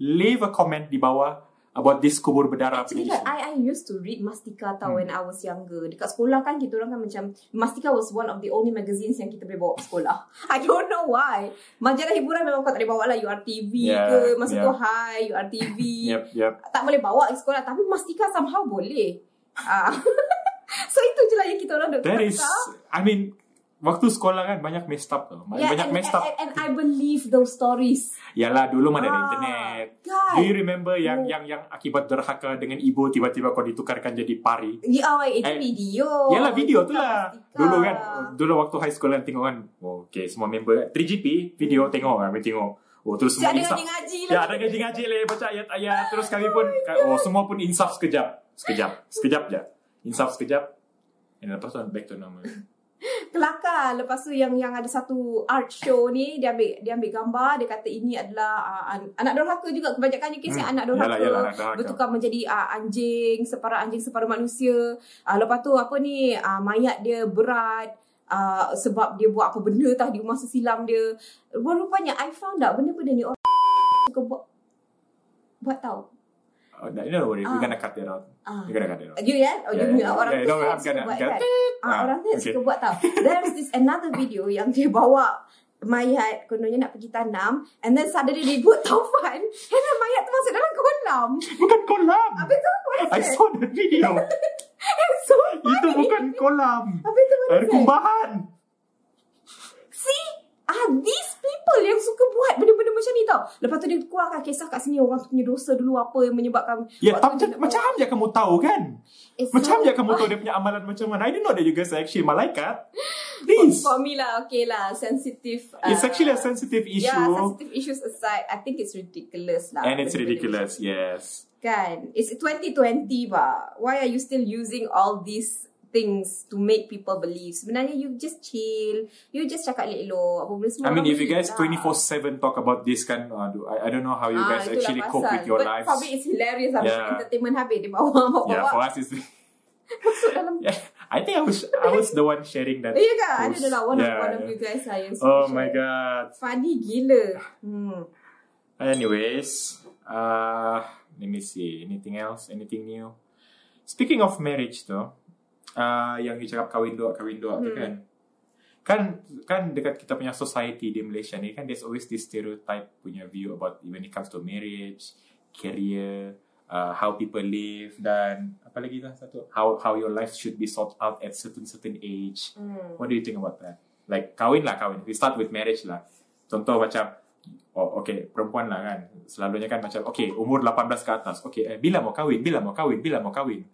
A: Leave a comment di bawah about this kubur berdarah
B: Actually,
A: punya
B: like,
A: issue.
B: I I used to read Mastika
A: Hmm.
B: tau when I was younger. Dekat sekolah kan kita orang kan macam Mastika was one of the only magazines yang kita boleh bawa ke sekolah. I don't know why. Majalah hiburan memang kau tak boleh bawa lah URTV
A: Yeah,
B: ke masa tu
A: yeah.
B: Hi URTV.
A: Yep, yep.
B: Tak boleh bawa ke sekolah tapi Mastika somehow boleh. Ah. so itu je lah yang kita orang duk
A: That is
B: tangkap.
A: I mean waktu sekolah kan banyak messed up tau. Banyak, banyak
B: Ya, and,
A: messed up.
B: and, and I believe those stories.
A: Yalah dulu mana ada
B: Ah,
A: internet.
B: Kan?
A: Do you remember yang
B: Oh.
A: yang yang akibat derhaka dengan ibu tiba-tiba kau ditukarkan jadi pari?
B: Ya, awak itu
A: Eh,
B: video.
A: Yalah video tu lah.
B: Pastikan.
A: Dulu kan, dulu waktu high school kan tengok kan. Oh, okay, semua member 3GP video tengok kan, kami tengok. Oh, terus
B: Siap
A: semua
B: Hmm.
A: insaf.
B: dengan Ah, dia ngaji lah.
A: Ya, ada gaji-gaji leh baca ayat-ayat. Terus kami pun,
B: ya,
A: oh, semua pun insaf sekejap. Sekejap, sekejap je. Insaf sekejap. And lepas tu back to normal.
B: Kelakar lepas tu yang yang ada satu art show ni dia ambil dia ambil gambar dia kata ini adalah uh, an- anak dorhaka juga kebanyakannya kesnya
A: Hmm,
B: anak
A: Yalah,
B: dorhaka
A: yalah, nak dah.
B: bertukar menjadi uh, anjing separuh anjing separuh manusia uh, lepas tu apa ni uh, mayat dia berat uh, sebab dia buat apa benda tah di masa silam dia rupanya I found out benda-benda ni orang suka buat buat tau
A: Oh, that- don't worry, we're
B: Ah.
A: gonna cut that out.
B: ah
A: We're gonna cut that out.
B: You kan? Oh,
A: Yeah,
B: you punya
A: yeah,
B: orang
A: yeah,
B: tu
A: no, I'm
B: suka
A: gonna-
B: buat
A: I'm
B: kan?
A: Ah,
B: Ah, orang tu
A: okay.
B: suka buat tau. There's this another video yang dia bawa mayat kononnya nak pergi tanam and then suddenly dia buat taufan and then mayat tu masuk dalam kolam.
A: Bukan kolam!
B: Habis tu what is
A: I
B: it?
A: saw the video.
B: It's so
A: Itu
B: funny.
A: bukan kolam.
B: Habis tu what
A: Air
B: is it?
A: kumbahan.
B: See? Ah, these people yang suka buat benda-benda macam ni tau. Lepas tu dia keluarkan kisah kat sini orang tu punya dosa dulu apa yang menyebabkan
A: Ya, tam-
B: waktu dia nak
A: macam
B: buat.
A: je kamu tahu kan?
B: It's
A: Macam
B: so
A: je kamu tahu dia punya amalan macam mana. I didn't know that you guys are actually malaikat. Please.
B: For me lah, okay lah, sensitive.
A: It's
B: uh,
A: actually a sensitive issue.
B: Yeah, sensitive issues aside, I think it's ridiculous lah.
A: And it's
B: Benda-benda
A: ridiculous, yes.
B: macam- Kan? It's 2020 bah. Why are you still using all these things to make people believe? Sebenarnya you just chill. You just cakap elok-elok. Apa benda semua.
A: I mean,
B: orang
A: if you guys
B: believe lah. Ah,
A: 24-7 talk about this kan, aduh, I, I don't know how you guys
B: itulah
A: actually cope
B: pasal.
A: with your
B: But
A: lives.
B: Probably it's hilarious lah.
A: Yeah.
B: Yeah. Entertainment habis. Dia bawa, bawa, bawa.
A: Yeah, for us, it's...
B: Masuk dalam.
A: Yeah, I think I was I was the one sharing that.
B: Iya kan? I
A: Post.
B: don't know lah. One,
A: Yeah,
B: of, one of
A: yeah.
B: you guys lah yang
A: Oh
B: special.
A: my god.
B: Funny gila. Hmm.
A: Anyways, uh, let me see. Anything else? Anything new? Speaking of marriage tu, uh, yang you cakap kahwin dua, kahwin dua tu
B: Hmm.
A: kan. Kan kan dekat kita punya society di Malaysia ni kan there's always this stereotype punya view about when it comes to marriage, career, uh, how people live dan apa lagi tu satu how how your life should be sought out at certain certain age.
B: Hmm.
A: What do you think about that? Like kahwin lah kahwin. We start with marriage lah. Contoh macam oh okay perempuan lah kan. Selalunya kan macam okay umur 18 ke atas. Okay eh, bila mau kahwin? Bila mau kahwin? Bila mau kahwin?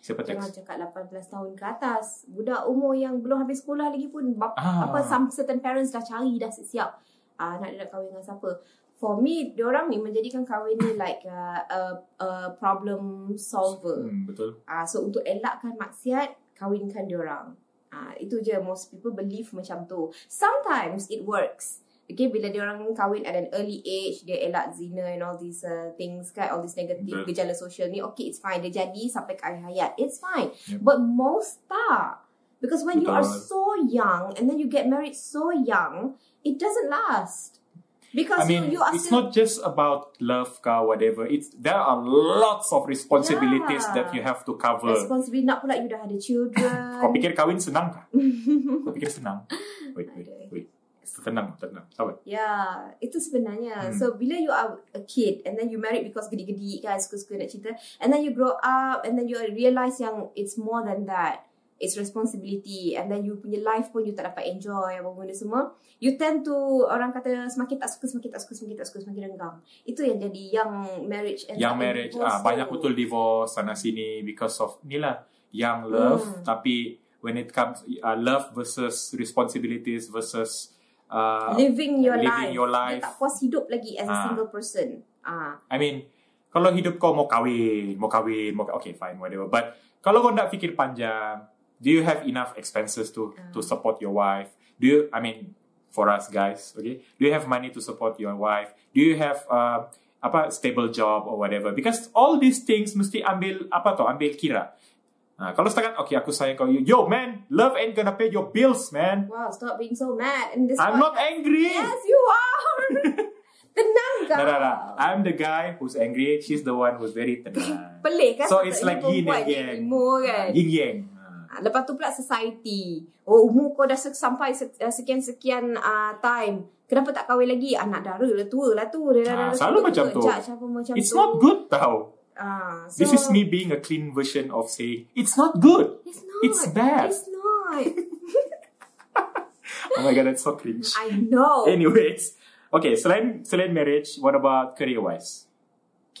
A: Siapa
B: Jangan
A: teks?
B: cakap 18 tahun ke atas. Budak umur yang belum habis sekolah lagi pun bap,
A: Ah.
B: apa some certain parents dah cari dah siap-siap ah nak nak kahwin dengan siapa. For me, orang ni menjadikan kahwin ni like a, a, a problem solver.
A: Hmm, betul.
B: Ah so untuk elakkan maksiat, kahwinkan orang. Ah itu je most people believe macam tu. Sometimes it works. Okay, bila dia orang kahwin at an early age, dia elak zina and all these uh, things kan, all these negative
A: Betul.
B: gejala sosial ni, okay, it's fine. Dia jadi sampai ke akhir hayat. It's fine.
A: Yep.
B: But most tak. Because when you are
A: Betul.
B: so young and then you get married so young, it doesn't last. Because
A: I mean,
B: you, you are
A: it's not
B: still
A: just about love ka whatever. It's there are lots of responsibilities
B: Yeah.
A: that you have to cover.
B: responsible. Nak pula you dah ada children.
A: Kau pikir kahwin senang kah? Kau pikir senang? Wait, wait, wait. Tenang, tenang. Sabar.
B: Yeah, Ya, itu sebenarnya.
A: Hmm.
B: Hmm. So bila you are a kid and then you married because gedik-gedik kan suka-suka nak cerita and then you grow up and then you realise yang it's more than that. It's responsibility and then you punya life pun you tak dapat enjoy apa benda semua. You tend to orang kata semakin tak suka semakin tak suka semakin tak suka semakin renggang. Itu yang jadi young marriage and
A: yang
B: sudden
A: marriage
B: divorce
A: ah banyak
B: tu.
A: betul divorce sana sini because of ni lah young love
B: Hmm.
A: tapi when it comes ah, love versus responsibilities versus ah,
B: living your
A: living
B: life.
A: your life.
B: Dia tak puas hidup lagi as a
A: Ah.
B: single person. Ah,
A: I mean kalau hidup kau mau kahwin mau kahwin mau ka- okay fine whatever but kalau kau nak fikir panjang do you have enough expenses to
B: Ah.
A: to support your wife do you I mean for us guys okay do you have money to support your wife do you have ah, apa stable job or whatever because all these things mesti ambil apa tau ambil kira Ha, kalau setakat, okay, aku sayang kau. Yo, man, love ain't gonna pay your bills, man.
B: wow, stop being so mad in this
A: I'm
B: podcast.
A: not angry.
B: Yes, you are. Tenang kau.
A: Nah, nah, nah. I'm the guy who's angry. She's the one who's very tenang.
B: Pelik kan?
A: So, it's
B: sepatutnya
A: like yin and
B: perempuan
A: yang.
B: Emo kan?
A: Yin yang. Ha.
B: Ah, Lepas tu pula society. Oh, umur kau dah se- sampai se- ah, sekian-sekian uh, time. Kenapa tak kahwin lagi? Anak dara lah, tua lah tu. Dia
A: Ah,
B: dah- dah- dah
A: selalu
B: tua-tua.
A: macam tu.
B: Judge apa macam
A: It's
B: tu.
A: not good tau.
B: Ah, so,
A: This is me being a clean version of saying, it's not good.
B: It's not.
A: It's bad.
B: It's not.
A: Oh my god, that's so cringe.
B: I know.
A: Anyways, okay, selain selain marriage, what about career wise?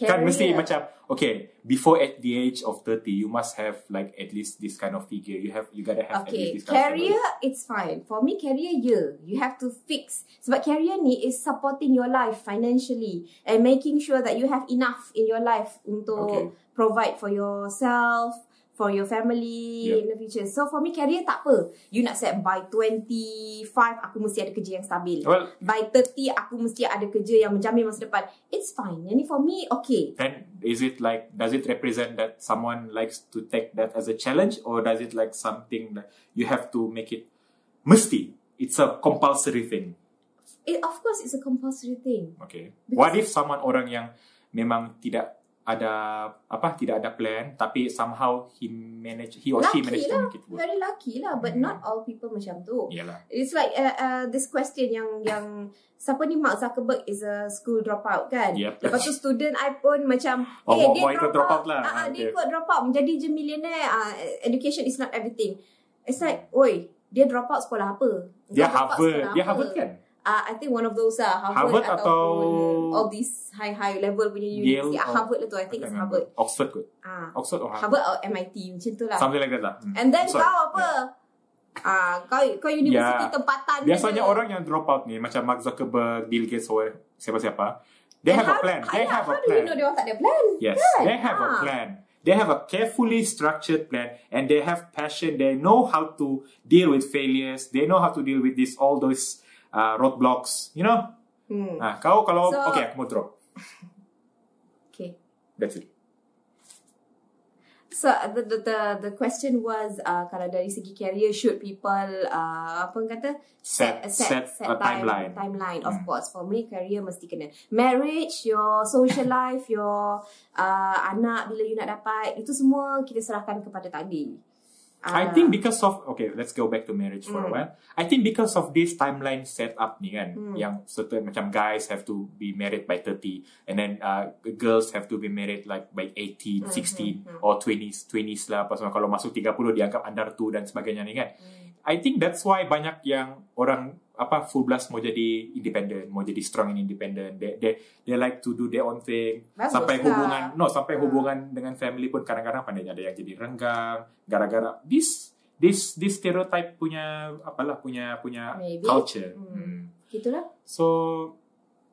A: Kan mesti
B: Career.
A: macam okay, before at the age of 30 you must have like at least this kind of figure. You have you gotta have at least
B: Okay,
A: this kind
B: career
A: of
B: it's fine. For me, career yeah, you have to fix. Sebab career ni is supporting your life financially and making sure that you have enough in your life untuk
A: Okay.
B: provide for yourself, for your family
A: Yeah.
B: in the future. So for me, career tak apa. You nak set by 25 aku mesti ada kerja yang stabil.
A: Well,
B: By 30 aku mesti ada kerja yang menjamin masa depan. It's fine. Yang ni for me okay.
A: then is it like does it represent that someone likes to take that as a challenge or does it like something that you have to make it mesti it's a compulsory thing
B: It, of course it's a compulsory thing.
A: okay what if someone orang yang memang tidak ada apa tidak ada plan tapi somehow he manage he or she
B: Lucky
A: manage to
B: lah.
A: make it work
B: Very lucky lah but not all people macam tu.
A: Yalah.
B: It's like uh, uh, this question yang yang siapa ni Mark Zuckerberg is a school dropout kan.
A: Yep.
B: Lepas tu student I pun macam
A: Oh,
B: eh
A: buat-
B: dia
A: buat ikut
B: drop,
A: drop
B: out.
A: out lah.
B: Ah, ah,
A: Okay.
B: Dia ikut drop out menjadi je millionaire. Uh, education is not everything. It's like oi dia drop out sekolah apa? Kau
A: Dia
B: drop out sekolah
A: Harvard, dia
B: lah. apa?
A: Harvard kan?
B: Ah, I think one of those lah Harvard,
A: Harvard
B: ataupun
A: atau-
B: all these high high level punya
A: Yale
B: university. Ah,
A: or-
B: Harvard lah tu I think
A: can't
B: it's
A: remember.
B: Harvard.
A: Oxford kot.
B: Ah,
A: Oxford or Harvard?
B: Harvard or MIT macam tu lah.
A: Something like that lah. Hmm.
B: And then
A: Sorry.
B: kau apa? Ah, kau kau universiti
A: Yeah.
B: tempatan je.
A: Hmm. Biasanya orang yang drop out ni macam Mark Zuckerberg, Bill Gates or siapa-siapa, they
B: And
A: have a
B: how-
A: plan. They
B: yeah,
A: have a
B: How do you
A: plan.
B: know dia orang tak ada plan?
A: Yes,
B: Kan?
A: they have a
B: Ah.
A: plan. They have a carefully structured plan and they have passion. They know how to deal with failures. They know how to deal with this all those uh, roadblocks. You know?
B: Hmm.
A: Ah, kau kalau
B: So-
A: okay, aku mau drop.
B: Okay.
A: That's it.
B: So uh, the the the, the question was uh, kalau dari segi career should people uh, apa orang kata
A: Set
B: Uh,
A: set, a
B: time-
A: timeline.
B: Timeline of
A: Hmm.
B: course. For me career mesti kena. Marriage, your social life, your uh, anak bila you nak dapat, itu semua kita serahkan kepada takdir.
A: I
B: Ah.
A: think because of okay, let's go back to marriage for a
B: Mm.
A: while. I think because of this timeline set up ni kan,
B: Mm.
A: yang certain macam guys have to be married by 30 and then uh, girls have to be married like by 18,
B: Mhm,
A: 16
B: mhm.
A: or 20s, 20s lah. Pasal kalau masuk 30 dianggap under 2 dan sebagainya ni kan.
B: Hmm.
A: I think that's why banyak yang orang apa full blast mau jadi independent, mau jadi strong and independent. They they they like to do their own thing.
B: Bagus
A: sampai
B: lah.
A: hubungan no sampai
B: Ah.
A: hubungan dengan family pun kadang-kadang pandai ada yang jadi renggang gara-gara this this this stereotype punya apalah punya punya
B: Maybe.
A: culture.
B: Hmm.
A: Hmm.
B: Gitulah.
A: So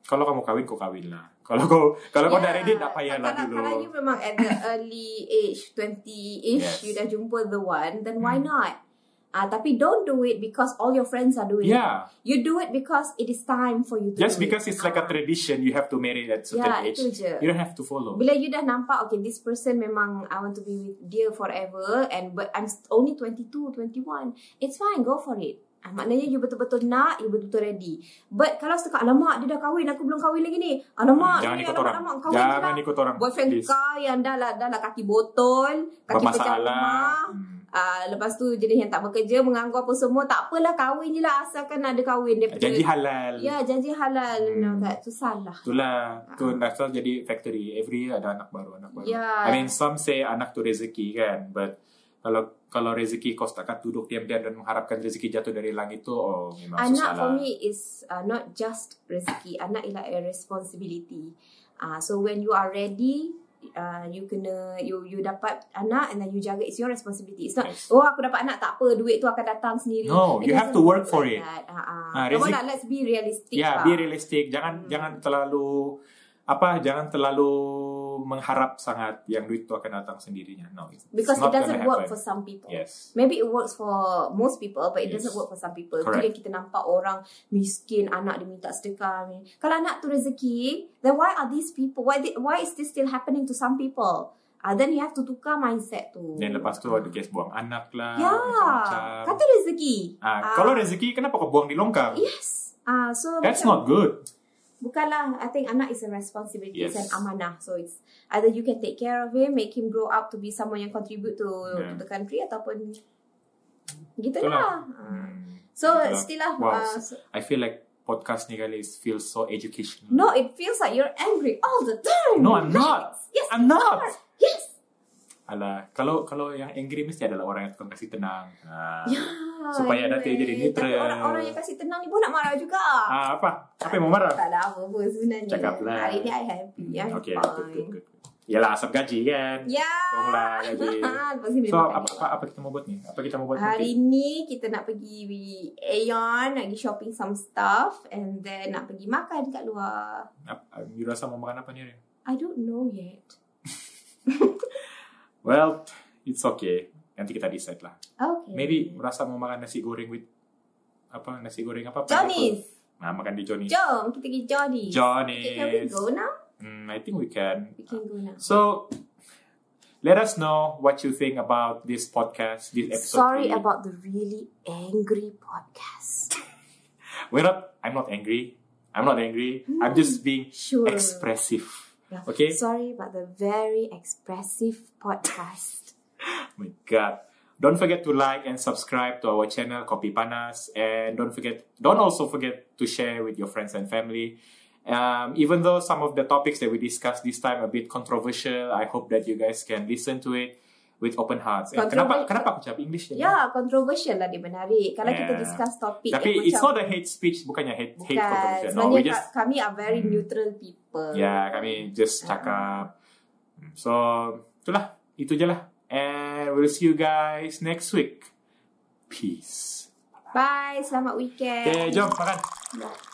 A: kalau kamu kahwin kau kahwin lah. Kalau kau kalau kau dah ready tak payahlah
B: Ya. kalau,
A: dulu.
B: Kalau you memang at the early age, 20-ish,
A: Yes.
B: you dah jumpa the one, then why
A: Hmm.
B: not? Ah, tapi don't do it because all your friends are doing it.
A: yeah,
B: You do it because it is time for you to
A: just
B: do
A: because
B: it.
A: it's like a
B: Ah.
A: tradition you have to marry at certain
B: Yeah,
A: age.
B: itu je.
A: You don't have to follow.
B: Bila you dah nampak, okay, this person memang I want to be with dia forever and but I'm st- only 22, 21. It's fine, go for it. Ah, maknanya you betul-betul nak, you betul-betul ready. But kalau setakat, alamak, dia dah kahwin, aku belum kahwin lagi ni. Alamak,
A: Jangan
B: ni,
A: ikut
B: alamak,
A: orang.
B: alamak, kahwin je
A: Jangan
B: lah.
A: ikut orang.
B: Boyfriend
A: please.
B: kau yang dah lah, dah lah kaki botol, kaki pecah rumah.
A: Hmm.
B: Uh, lepas tu jenis yang tak bekerja, menganggur apa semua. Tak apalah, kahwin je lah asalkan ada kahwin. Dia
A: Janji halal.
B: Ya, janji halal.
A: Hmm.
B: Hmm. No, tu salah.
A: Itulah. Tu
B: Ah.
A: dah selalu jadi factory. Every year ada anak baru, anak baru.
B: Ya.
A: I mean some say anak tu rezeki kan. But kalau kalau rezeki kau setakat duduk diam-diam dan mengharapkan rezeki jatuh dari langit tu oh memang
B: Anak
A: susah
B: for
A: lah.
B: me is uh, not just rezeki. Anak ialah a responsibility. Uh, so when you are ready, uh, you kena you you dapat anak and then you jaga it's your responsibility. It's not
A: Yes.
B: oh aku dapat anak tak apa duit tu akan datang sendiri.
A: No, you have to work for it. Ah,
B: Uh, uh.
A: rezeki-
B: Come on, lah, let's be realistic.
A: Ya,
B: lah.
A: be realistic. Jangan
B: Hmm.
A: jangan terlalu apa jangan terlalu mengharap sangat yang duit tu akan datang sendirinya. No, it's, it's
B: Because it
A: not gonna
B: doesn't work
A: happen.
B: for some people.
A: Yes.
B: Maybe it works for most people but it
A: Yes.
B: doesn't work for some people.
A: Correct.
B: Itu yang kita nampak orang miskin, anak dia minta sedekah. ni. Kalau anak tu rezeki, then why are these people, why they, why is this still happening to some people? Uh, then you have to tukar mindset tu.
A: Dan lepas tu ada kes buang anak lah.
B: Ya,
A: macam-macam.
B: kata rezeki.
A: Ah,
B: Ah.
A: kalau rezeki kenapa kau buang di longkang?
B: Yes. Ah, so
A: That's not good.
B: bukanlah I think anak is a responsibility yes.
A: Yes.
B: and amanah so it's either you can take care of him make him grow up to be someone yang contribute to, yeah. to
A: Yeah.
B: the country ataupun
A: Itulah.
B: gitulah Ah.
A: Hmm.
B: so
A: Itulah.
B: still lah
A: Wow.
B: uh, so-
A: I feel like podcast ni kali is- feels so educational.
B: no it feels like you're angry all the time
A: No, I'm not.
B: Relax. yes
A: I'm not.
B: yes
A: Alah, kalau kalau yang angry mesti adalah orang yang tukang kasih tenang. Ah.
B: yeah Ah,
A: Supaya nanti jadi
B: anyway.
A: neutral.
B: Tapi Orang-orang yang kasih tenang ni pun nak marah juga.
A: Ah, apa? Apa yang mau marah?
B: Tak ada apa-apa sebenarnya.
A: Cakaplah.
B: Hari ni I happy. I
A: lah. Hmm, Okay, good,
B: Ya, fine.
A: good, good. Yalah, asap gaji kan?
B: Ya. Ah,
A: Tolonglah gaji.
B: Lepas ni boleh
A: So,
B: makan
A: apa,
B: ni.
A: apa, apa kita mau buat ni? Apa kita mau buat
B: Hari
A: nanti?
B: ni kita nak pergi we- Aeon, nak pergi shopping some stuff and then nak pergi makan kat luar.
A: Apa, you rasa mau makan apa ni? Rin?
B: I don't know yet.
A: Well, it's okay. Nanti kita decide lah.
B: Okay.
A: Maybe rasa mau makan nasi goreng with apa nasi goreng apa?
B: Johnny's.
A: pineapple. Nah, makan di Johnny's.
B: Jom, kita pergi Johnny's. Okay, can we
A: Johnny's.
B: go now?
A: Hmm, I think we can.
B: We can go now.
A: So, let us know what you think about this podcast, this episode.
B: Sorry
A: three.
B: about the really angry podcast.
A: We're not. I'm not angry. I'm not angry. I'm just being
B: Hmm. Sure.
A: expressive.
B: Yeah.
A: Okay.
B: Sorry about the very expressive podcast.
A: my god don't forget to like and subscribe to our channel kopi panas and don't forget don't also forget to share with your friends and family um, even though some of the topics that we discussed this time a bit controversial i hope that you guys can listen to it with open hearts and kenapa
B: Controver-
A: kenapa aku cakap english ni?
B: Ya, yeah, controversial lah dia menarik. Kalau yeah. kita
A: Yeah.
B: discuss topik
A: tapi
B: yang
A: it's
B: macam-
A: not a hate speech bukannya hate
B: Bukan.
A: hate controversial no
B: Sebenarnya
A: we just Hmm.
B: ka- kami are very neutral people.
A: Yeah, kami
B: Ah.
A: just cakap. Hmm, So, itulah. Itu je lah. And we'll see you guys next week. Peace.
B: Bye, selamat weekend.
A: Eh, Okay, jom makan.
B: Bye.